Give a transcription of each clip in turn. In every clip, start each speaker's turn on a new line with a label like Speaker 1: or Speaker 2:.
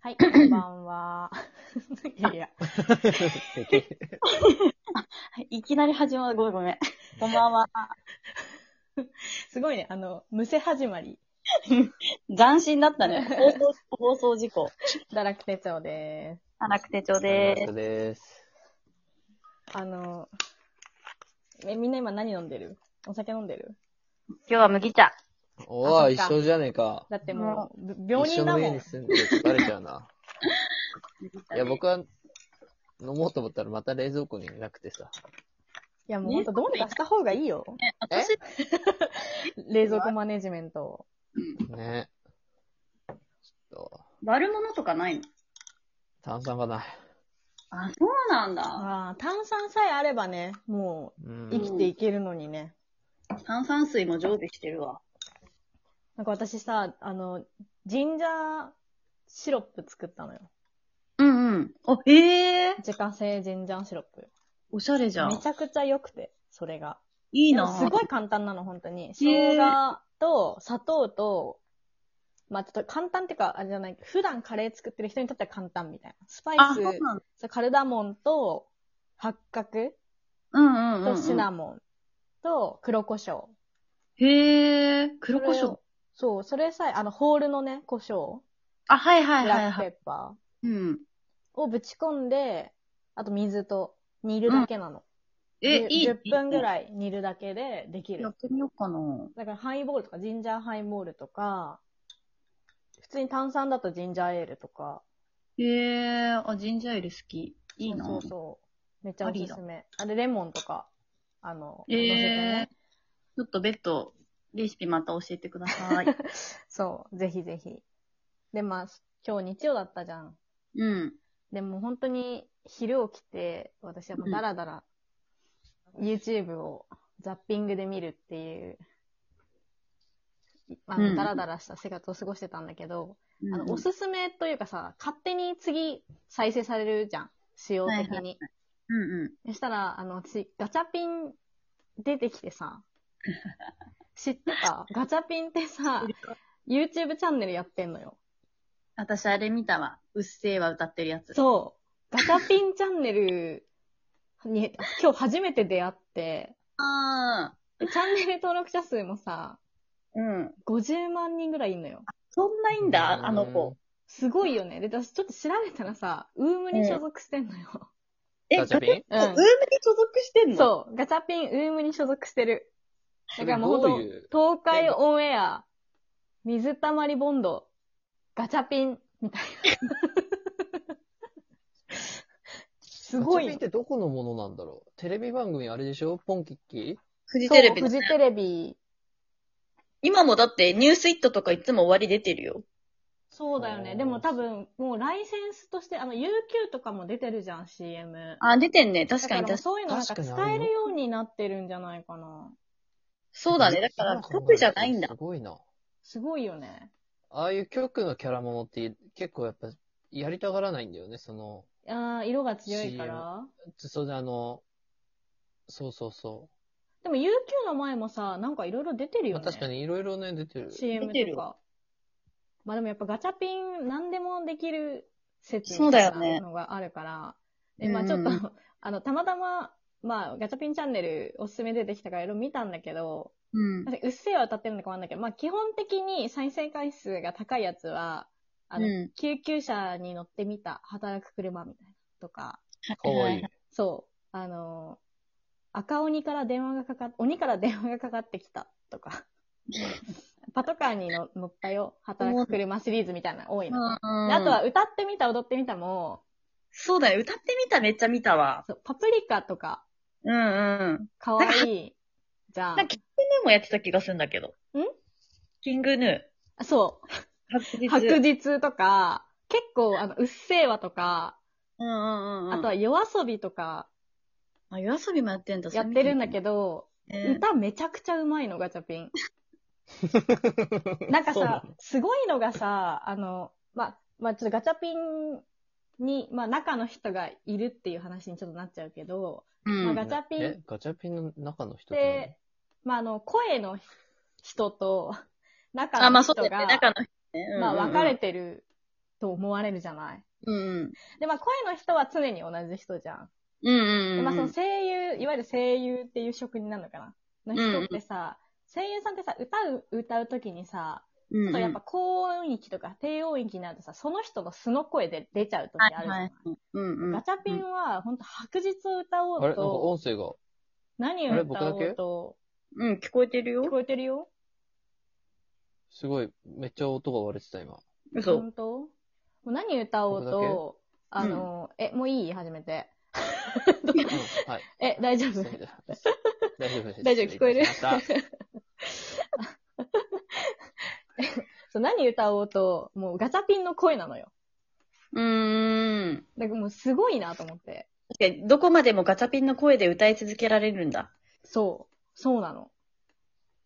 Speaker 1: はい、こんば んは。いやいや、はいいきなり始まる。ごめんごめん。こんばんは。
Speaker 2: すごいね、あの、むせ始まり、
Speaker 1: 斬新だったね。放送、放送事故。
Speaker 2: 堕落手帳で
Speaker 1: 荒く手帳
Speaker 3: で。
Speaker 1: です
Speaker 3: です。
Speaker 2: す。あの、え、みんな今何飲んでるお酒飲んでる
Speaker 1: す。今日は麦茶。
Speaker 3: お
Speaker 2: あ
Speaker 3: ー、
Speaker 2: そっか
Speaker 3: 一緒じゃねえか。
Speaker 2: だってもう、ぶ病
Speaker 3: 一
Speaker 2: 人
Speaker 3: 緒
Speaker 2: だ
Speaker 3: の家
Speaker 2: もん
Speaker 3: に。住んでるとバレちゃ うな。いや、僕は飲もうと思ったらまた冷蔵庫になくてさ。
Speaker 2: いや、もうほんとどうにかした方がいいよ。
Speaker 1: 私、
Speaker 2: 冷蔵庫マネジメントを。
Speaker 3: ねちょっと、
Speaker 1: 悪者とかないの
Speaker 3: 炭酸がない。
Speaker 1: あ、そうなんだ。
Speaker 2: ああ、炭酸さえあればね、も
Speaker 3: う。
Speaker 2: うん生きていけるのにね。
Speaker 1: 炭酸水も常備してるわ。
Speaker 2: なんか私さ、あの、ジンジャーシロップ作ったのよ。
Speaker 1: うんうん。あ、ええ
Speaker 2: 自家製ジンジャーシロップ。
Speaker 1: おしゃれじ
Speaker 2: めちゃくちゃ良くて、それが。
Speaker 1: いい
Speaker 2: でもすご
Speaker 1: い。
Speaker 2: い簡単なの、本当に。
Speaker 1: へー
Speaker 2: 生姜と砂糖と、まあちょっと簡単っていうか、あれじゃない、普段カレー作ってる人にとっては簡単みたいな。スパイ
Speaker 1: あ、
Speaker 2: ス
Speaker 1: そう、なんだ。
Speaker 2: そうカルダモンと、八角
Speaker 1: うんうんうん、
Speaker 2: とシナモンと黒胡椒。
Speaker 1: へえ、黒
Speaker 2: それを。そう、それさえ、あの、ホールのね、胡椒、
Speaker 1: あ、はいは
Speaker 2: ブ
Speaker 1: いはい
Speaker 2: ラック
Speaker 1: は
Speaker 2: ペ
Speaker 1: い。
Speaker 2: ッパ
Speaker 1: うん。
Speaker 2: ーをぶち込んで、あと水と煮るだけなの。
Speaker 1: え、
Speaker 2: で
Speaker 1: いい。
Speaker 2: 10分ぐ
Speaker 1: い。
Speaker 2: らい煮るだけででき
Speaker 1: や
Speaker 2: る
Speaker 1: っ。てみようかな。
Speaker 2: だからハイボールとか、ジンジャーハイボールとか、普通に炭酸だとジンジャーエールとか、
Speaker 1: へえ、あ、ジンジャーエール好き。いいな。
Speaker 2: そうそうそう。めっちゃおすすめ。あれ、レモンとか、あの、
Speaker 1: え
Speaker 2: 乗せて
Speaker 1: え
Speaker 2: ね。
Speaker 1: ちょっと別途、レシピまた教えてください。
Speaker 2: そう、ぜひぜひ。で、まあ、今日日曜だったじゃん。
Speaker 1: うん。
Speaker 2: でも本当に昼起きて、私はもうダラダラ、YouTube をザッピングで見るっていう、あ
Speaker 1: うん
Speaker 2: の、ダラダラした生活を過ごしてたんだけど、あの、おすすめというかさ、勝手に次再生されるじゃん。仕様的に。
Speaker 1: はいはうんうん。
Speaker 2: そしたら、あの、私、ガチャピン出てきて さ、知ってたガチャピンってさ、YouTube チャンネルやってんのよ。
Speaker 1: 私あれ見たわ。うっせぇわ歌ってるやつ。
Speaker 2: そう。ガチャピンチャンネルに、今日初めて出会って、
Speaker 1: ああ。
Speaker 2: チャンネル登録者数もさ、
Speaker 1: うん。
Speaker 2: 50万人ぐらいいんのよ。
Speaker 1: そんないんだ、あの子。
Speaker 2: すごいよね。で、私ちょっと調べたらさ、ウームに所属してんのよ。
Speaker 3: うん。ガチャピン
Speaker 1: え、ウームに所属してんのう。
Speaker 2: そう。ガチャピン、ウームに所属してる。だからもう
Speaker 3: どう
Speaker 2: ほん
Speaker 3: いう
Speaker 2: と、東海オンエア、水たまりボンド、ガチャピン、みたいな。すご
Speaker 3: ガチャピン
Speaker 2: い
Speaker 3: っ。てどこのものなんだろうテレビ番組あれでしょポンキッキ
Speaker 1: フジ
Speaker 2: そう
Speaker 1: テレビ
Speaker 2: フ。ジテレビ。
Speaker 1: 今もだって、ニュースイットとかいつも終わり出てるよ。
Speaker 2: そうだよね。
Speaker 3: そう
Speaker 2: でも多分、もうライセンスとして、あの、UQ とかも出てるじゃん、CM。
Speaker 1: あ、出てんね。確
Speaker 2: だ
Speaker 1: か
Speaker 2: か
Speaker 1: に
Speaker 2: らもう
Speaker 1: 確
Speaker 2: そ
Speaker 1: かに。
Speaker 2: ういうのなんか
Speaker 3: 確
Speaker 2: 使
Speaker 3: かにあ
Speaker 2: え
Speaker 3: るよ
Speaker 2: るようになってるんじゃないかな。
Speaker 1: そうだね。だから、曲じゃないんだ
Speaker 3: す。ごいな。
Speaker 2: すごいよね。
Speaker 3: ああいう曲のキャラものって結構やっぱやりたがらないんだよね。その、
Speaker 2: ああ、色が強いから。
Speaker 3: それであの、そうそうそ
Speaker 2: でも UQ の前もさ、なんかいろいろ出てる
Speaker 3: う。
Speaker 2: よ
Speaker 3: まあ
Speaker 2: ね。
Speaker 3: 確かにいろいろね、出てる。
Speaker 2: CM
Speaker 1: 出てる
Speaker 2: とか。まあでもやっぱガチャピン何でもできる説
Speaker 1: そうだよね
Speaker 2: みたいなのがあるから。で、まあちょっと、
Speaker 1: うん
Speaker 2: あの、たまたま、まあガチャピンチャンネルおすすめ出てきたからいろいろ見たんだけど、
Speaker 1: うん。
Speaker 2: 私うっせぇは歌ってるのかわかんないけど、まあ基本的に再生回数が高いやつは、あの、
Speaker 1: うん
Speaker 2: 救急車に乗ってみた、働く車みたいな、とか、
Speaker 3: かわいい。
Speaker 2: そう、あの、赤鬼から電話がかかっ、鬼から電話がかかってきた、とか。 パトカーにの乗ったよ、働く車シリーズみたいな、多いの。であ
Speaker 1: あ
Speaker 2: とは、歌ってみた、踊ってみたも、
Speaker 1: そうだね。歌ってみためっちゃ見たわ。
Speaker 2: そうパプリカとか、
Speaker 1: うんうん。
Speaker 2: かわいい、 じゃ
Speaker 1: なんか、キングヌーもやってた気がするんだけど。
Speaker 2: ん
Speaker 1: キングヌー。
Speaker 2: あ。そう、
Speaker 1: 白日。
Speaker 2: 白日とか、結構、あの、うっせぇわとか、
Speaker 1: うんうんうん。
Speaker 2: あとは夜遊びとか、
Speaker 1: あ、夜遊びもやってんだ。
Speaker 2: やってるんだけ
Speaker 1: ど。
Speaker 2: ど、
Speaker 1: ね
Speaker 2: 歌めちゃくちゃうまいの、ガチャピン。 なんか
Speaker 3: そうな
Speaker 2: さ、すごいのがさ、あの、ま、まあ、ちょっとガチャピンに、まあ、中の人がいるっていう話にちょっとなっちゃうけど、
Speaker 1: う
Speaker 2: まあ、
Speaker 1: ん。
Speaker 2: ガチャピンっ
Speaker 3: え、ガチャピンの中の人って何
Speaker 2: て、まあ、あの、声の人と、
Speaker 1: あ、
Speaker 2: 中
Speaker 1: ま
Speaker 2: の
Speaker 1: あそ
Speaker 2: 人
Speaker 1: うだよね。
Speaker 2: が、
Speaker 1: 中の人ね。うんうん
Speaker 2: まあ、
Speaker 1: う
Speaker 2: 分
Speaker 1: ん
Speaker 2: かれてると思われるじゃない。
Speaker 1: うん。
Speaker 2: で、まあ声の人は常に同じ人じゃん。
Speaker 1: うんうん
Speaker 2: で
Speaker 1: うん。
Speaker 2: まあその声優、いわゆる声優っていう職になるのかなの人ってさ、声優さんってさ、歌う、歌うときにさ、ちょっとやっぱ高音域とか低音域になるとさ、その人の素の声で出ちゃうときあるじゃない、
Speaker 1: はいはいうんうん。
Speaker 2: ガチャピンは、ほんと白日を歌お
Speaker 3: あれな
Speaker 2: うん
Speaker 3: か
Speaker 2: と、
Speaker 3: 音声が。
Speaker 2: 何を
Speaker 3: あれ僕
Speaker 2: 歌
Speaker 3: だ
Speaker 2: お
Speaker 3: け
Speaker 2: うと、
Speaker 1: うん、聞こえてる
Speaker 2: 聞
Speaker 1: よ。
Speaker 2: こえてるよ
Speaker 3: すごい、めっちゃ音が割れてた、 今。
Speaker 1: 嘘。
Speaker 2: 本当もう何歌おうと、
Speaker 1: 僕だ
Speaker 2: あ
Speaker 1: け
Speaker 2: の、え、もういい始めて。
Speaker 3: うんはい。
Speaker 2: え、大丈夫
Speaker 3: 大丈夫です。
Speaker 2: 大丈夫聞こえる
Speaker 3: 失礼いたしました
Speaker 2: そう何歌おうと、もうガチャピンの声なのよ。
Speaker 1: うーん。
Speaker 2: だからもうすごいなと思って。
Speaker 1: 確かに、どこまでもガチャピンの声で歌い続けられるんだ。
Speaker 2: そう。そうなの。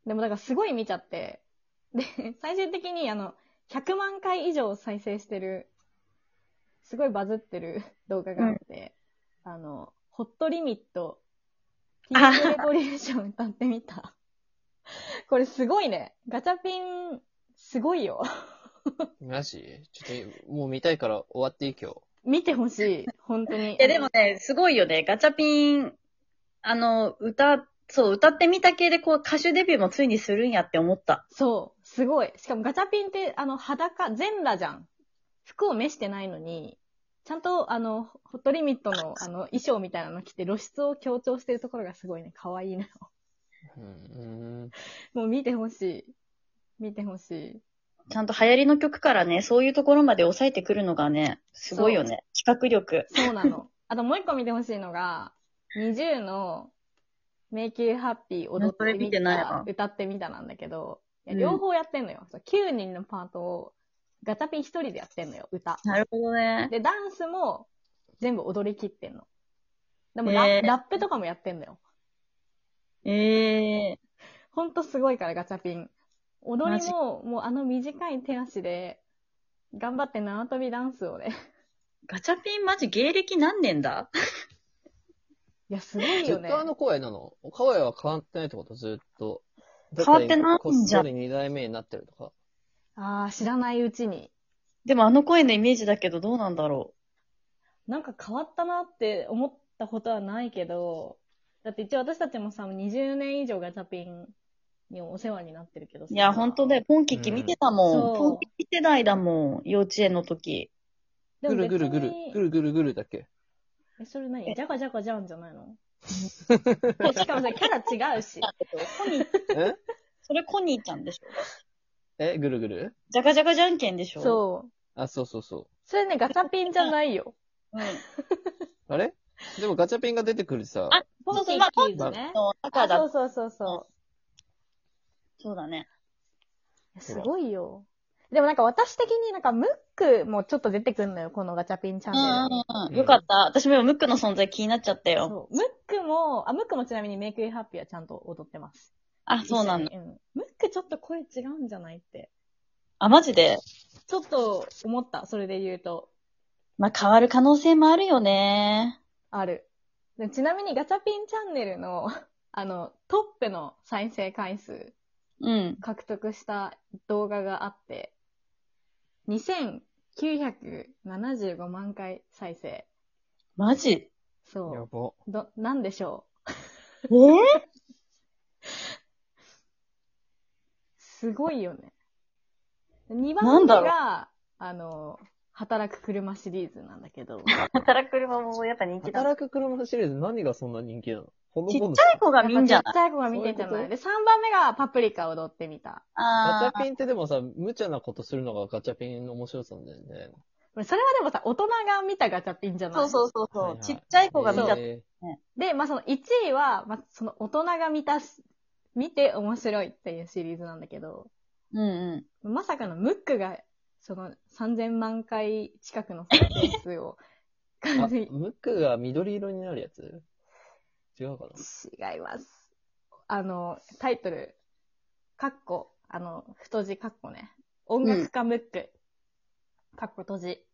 Speaker 2: でもだからすごい見ちゃって。で、 最終的にあの、100万回以上再生してる、すごいバズってる 動画があって、あの、ホットリミット、ピ
Speaker 1: あ
Speaker 2: ンクレボリューション歌ってみた。これすごいね。ガチャピン、すごいよ。
Speaker 3: マジちょっと、もう見たいから終わっていい今日。
Speaker 2: 見てほしい。本当に。
Speaker 1: いや、でもね、すごいよね。ガチャピン、あの、歌、そう、歌ってみた系で、こう、歌手デビューもついにするんやって思った。
Speaker 2: そう、すごい。しかもガチャピンって、あの、裸、全裸じゃん。服を召してないのに、ちゃんと、あの、ホットリミットの、あの、衣装みたいなの着て露出を強調してるところがすごいね、可愛いな。
Speaker 3: うん。う
Speaker 2: もう見てほしい。見てほしい。
Speaker 1: ちゃんと流行りの曲からね、そういうところまで抑えてくるのがね、すごいよね。企画力。
Speaker 2: そうな の。あともう一個見てほしいのが、20の、Make You Happy 踊って
Speaker 1: それ見
Speaker 2: み
Speaker 1: てない
Speaker 2: た
Speaker 1: わ、
Speaker 2: 歌ってみたなんだけど、いや
Speaker 1: うん
Speaker 2: 両方やってんのよ。そう9人のパートを、ガチャピン一人でやってんのよ、歌。
Speaker 1: なるほどね。
Speaker 2: で、ダンスも全部踊り切ってんの。でも
Speaker 1: へ
Speaker 2: ラ,、
Speaker 1: ー
Speaker 2: ラップとかもやってんだよ。
Speaker 1: ええ
Speaker 2: ほんとすごいから、ガチャピン。踊
Speaker 1: マ
Speaker 2: り
Speaker 1: ジ
Speaker 2: も、もうあの短い手足で、頑張って縄跳びダンスをね。
Speaker 1: ガチャピンマジ芸歴何年だ
Speaker 2: いや、すごい
Speaker 3: ず
Speaker 2: よ
Speaker 3: っ
Speaker 2: ね
Speaker 3: と。あの声なの声は変わってないってことずっと。
Speaker 1: 変わってないんじゃん
Speaker 3: こっそり二代目になってるとか。
Speaker 2: ああ、知らないうちに。
Speaker 1: でもあの声のイメージだけどどうなんだろ
Speaker 2: なんか変わったなって思ったことはないけど、だって一応私たちもさ、20年以上ガチャピンにお世話になってるけどさ
Speaker 1: う。いや、ほんとだよ。ポンキッキ見てた
Speaker 2: うん
Speaker 1: もん。
Speaker 2: そう
Speaker 1: ポンキッキ世代だもん。幼稚園の時。
Speaker 2: で
Speaker 3: ぐ
Speaker 2: も
Speaker 3: る
Speaker 2: 別に
Speaker 3: ぐるぐる、ぐるぐるぐるだっけ。
Speaker 2: え、それ何
Speaker 1: え
Speaker 2: じゃかじゃかじゃんじゃないの しかもさ、キャラ違うし。
Speaker 3: え
Speaker 1: それコニーちゃんでしょ
Speaker 3: えぐるぐる
Speaker 1: じゃかじゃかじゃんけんでしょ
Speaker 2: そう。
Speaker 3: あ、そうそうそ
Speaker 2: それね、ガチャピンじゃないよ。
Speaker 1: う。うん。
Speaker 3: う。あれでもガチャピンが出てくるさ。
Speaker 1: あ、そうそう、まあ、
Speaker 2: ポ
Speaker 1: ポ
Speaker 2: ン
Speaker 1: ン
Speaker 2: キッキーズね。
Speaker 1: の中
Speaker 2: あ
Speaker 1: だ
Speaker 2: そうそうそうそ
Speaker 1: そうだね。
Speaker 2: う。すごいよ。でもなんか私的になんかムックもちょっと出てくんのよ、このガチャピンチャン
Speaker 1: う
Speaker 2: ネルに。
Speaker 1: んうん
Speaker 3: う
Speaker 1: うんん。よかった。私も今ムックの存在気になっちゃったよ。
Speaker 2: そう。ムックも、あ、ムックもちなみにメイクイハッピーはちゃんと踊ってます。
Speaker 1: あ、そうなんだ
Speaker 2: 一。緒にうん。ムックちょっと声違うんじゃないって。
Speaker 1: あ、マジで。
Speaker 2: ちょっと思った、それで言うと。
Speaker 1: まあ、変わる可能性もあるよね。
Speaker 2: ある。でちなみにガチャピンチャンネルの、 あの、トップの再生回数
Speaker 1: うん。
Speaker 2: 獲得した動画があって、2975万回再生。
Speaker 1: マジ。
Speaker 3: や
Speaker 2: そ
Speaker 3: ば。
Speaker 2: う。ど、なんでしょう。
Speaker 1: えー、
Speaker 2: すごいよね。2
Speaker 1: な
Speaker 2: 番
Speaker 1: ん
Speaker 2: 目
Speaker 1: だろう
Speaker 2: が、あの、働く車シリーズなんだけ ど。
Speaker 1: 働く車もやっぱ人気だ。
Speaker 3: 働く車シリーズ何がそんな人気なのほの
Speaker 1: ち
Speaker 3: ぼ
Speaker 1: っ
Speaker 3: の
Speaker 1: ち。ゃい子が見んじゃ
Speaker 2: やっぱち
Speaker 1: な
Speaker 2: っ
Speaker 1: い
Speaker 2: ちゃい子が見てんじゃ
Speaker 3: そう
Speaker 2: ないいうで、3番目がパプリカ踊ってみた。
Speaker 1: あ
Speaker 3: ガ
Speaker 1: あ
Speaker 3: チャピンってでもさ、無茶なことするのがガチャピンの面白さなんだよね。
Speaker 2: これそれはでもさ、大人が見たガチャピンじゃない
Speaker 1: そうそうそうそう、
Speaker 3: はいはい
Speaker 1: ちっちゃい子が見た。
Speaker 3: え
Speaker 2: で、まあ、その1位は、まあ、その大人が見たし、見て面白いっていうシリーズなんだけど、
Speaker 1: うんうん。
Speaker 2: まさかのムックが、その3000万回近くの再生数を
Speaker 3: ー
Speaker 2: 完
Speaker 3: あ、
Speaker 2: 全に
Speaker 3: ムックが緑色になるやつ違うかな
Speaker 2: 違います。あの、タイトル、カッコ、あの、太字カッコね。音楽家ムック、カッコ閉じ。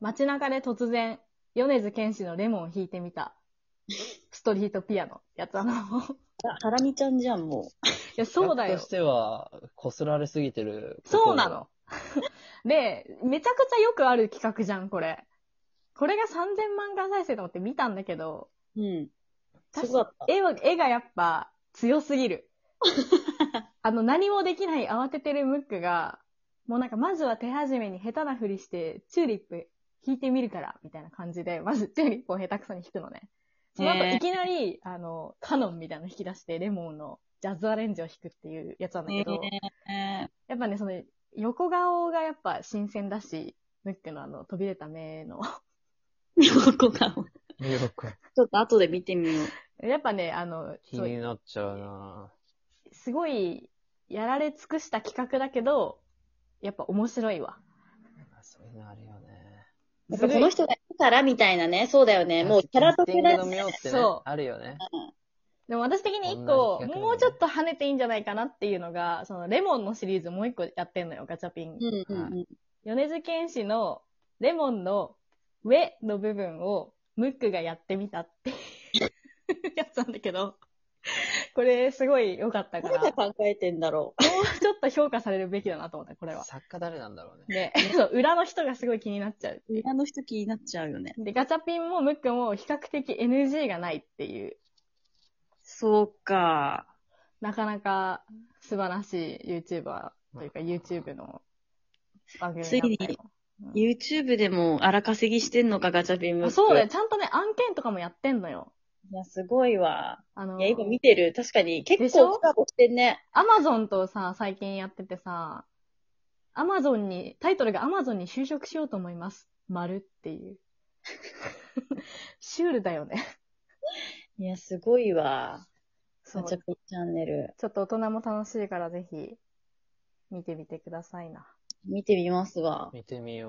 Speaker 2: 街中で突然、米津玄師のレモンを弾いてみた。ストリートピアノ。やつあの、い
Speaker 1: ハラミちゃんじゃん、もう。
Speaker 2: や、そうだ
Speaker 3: キャ
Speaker 2: よ
Speaker 3: ラとし。ては、こすられすぎてる。
Speaker 2: そうなの。 で、めちゃくちゃよくある企画じゃん、これ。これが3000万回再生と思って見たんだけど、
Speaker 1: うん。す
Speaker 2: 確
Speaker 1: ごかった。
Speaker 2: 絵は、絵がやっぱ強すぎる。 あの、何もできない慌ててるムックが、もうなんか、まずは手始めに下手なふりして、チューリップ弾いてみるから、みたいな感じで、まずチューリップを下手くそに弾くのね。その後、
Speaker 1: へー
Speaker 2: いきなり、あの、カノンみたいなの弾き出して、レモンのジャズアレンジを弾くっていうやつなんだけど、
Speaker 1: え
Speaker 2: やっぱね、その、横顔がやっぱ新鮮だし、ムックのあの、飛び出た目の、
Speaker 1: ー、横顔。ち
Speaker 3: 迷惑。
Speaker 1: ょっと後で見てみよう。
Speaker 2: やっぱね、あの、
Speaker 3: 気
Speaker 2: そう
Speaker 3: になっちゃうな
Speaker 2: すごい、やられ尽くした企画だけど、やっぱ面白いわ。
Speaker 3: ぁそういうのあるよね。
Speaker 1: やっぱこの人がいるからみたいなね、そうだよね。もうキャラ得
Speaker 3: だ
Speaker 1: だ
Speaker 3: よ
Speaker 1: よ
Speaker 3: ね
Speaker 1: ね。。
Speaker 2: そう
Speaker 3: あるよね。
Speaker 2: でも私的に一
Speaker 3: こ
Speaker 2: 個、
Speaker 3: んな企画なの
Speaker 2: もうちょっと跳ねていいんじゃないかなっていうのが、そのレモンのシリーズもう一個やってんのよ、ガチャピン。
Speaker 1: うんうんうん。
Speaker 2: 米津玄師のレモンの上の部分をムックがやってみたっていうやつなんだけど、これすごい良かったから、
Speaker 1: 誰
Speaker 2: も
Speaker 1: が
Speaker 2: う
Speaker 1: 考えてんだろ
Speaker 2: ちょっと評価されるべきだなと思った、これは。
Speaker 3: 作家誰なんだろうね。
Speaker 2: で、 そう、裏の人がすごい気になっちゃうっていう
Speaker 1: う。裏の人気になっちゃうよね。
Speaker 2: で、ガチャピンもムックも比較的 NG がないっていう、
Speaker 1: そうか。
Speaker 2: なかなか素晴らしい YouTuber というか YouTube の番組だったよ
Speaker 1: YouTube でも荒稼ぎしてんのか、ガチャピンムック
Speaker 2: あそうだよ、。ちゃんとね、案件とかもやってんのよ。
Speaker 1: いや、すごいわ。
Speaker 2: あの
Speaker 1: いや、、今見てる。確かに、結
Speaker 2: でしょ
Speaker 1: 構コラボしてんね。
Speaker 2: アマゾンとさ、最近やっててさ、アマゾンに、タイトルがアマゾンに就職しようと思います。丸って いう。シュールだよね。
Speaker 1: いや、すごいわ。
Speaker 2: そ
Speaker 1: ガ
Speaker 2: う。
Speaker 1: チャ
Speaker 2: ち
Speaker 1: ピンチャンネル。
Speaker 2: ょっと大人も楽しいからぜひ、見てみてくださいな。
Speaker 1: 見てみますわ。
Speaker 3: 見てみよう。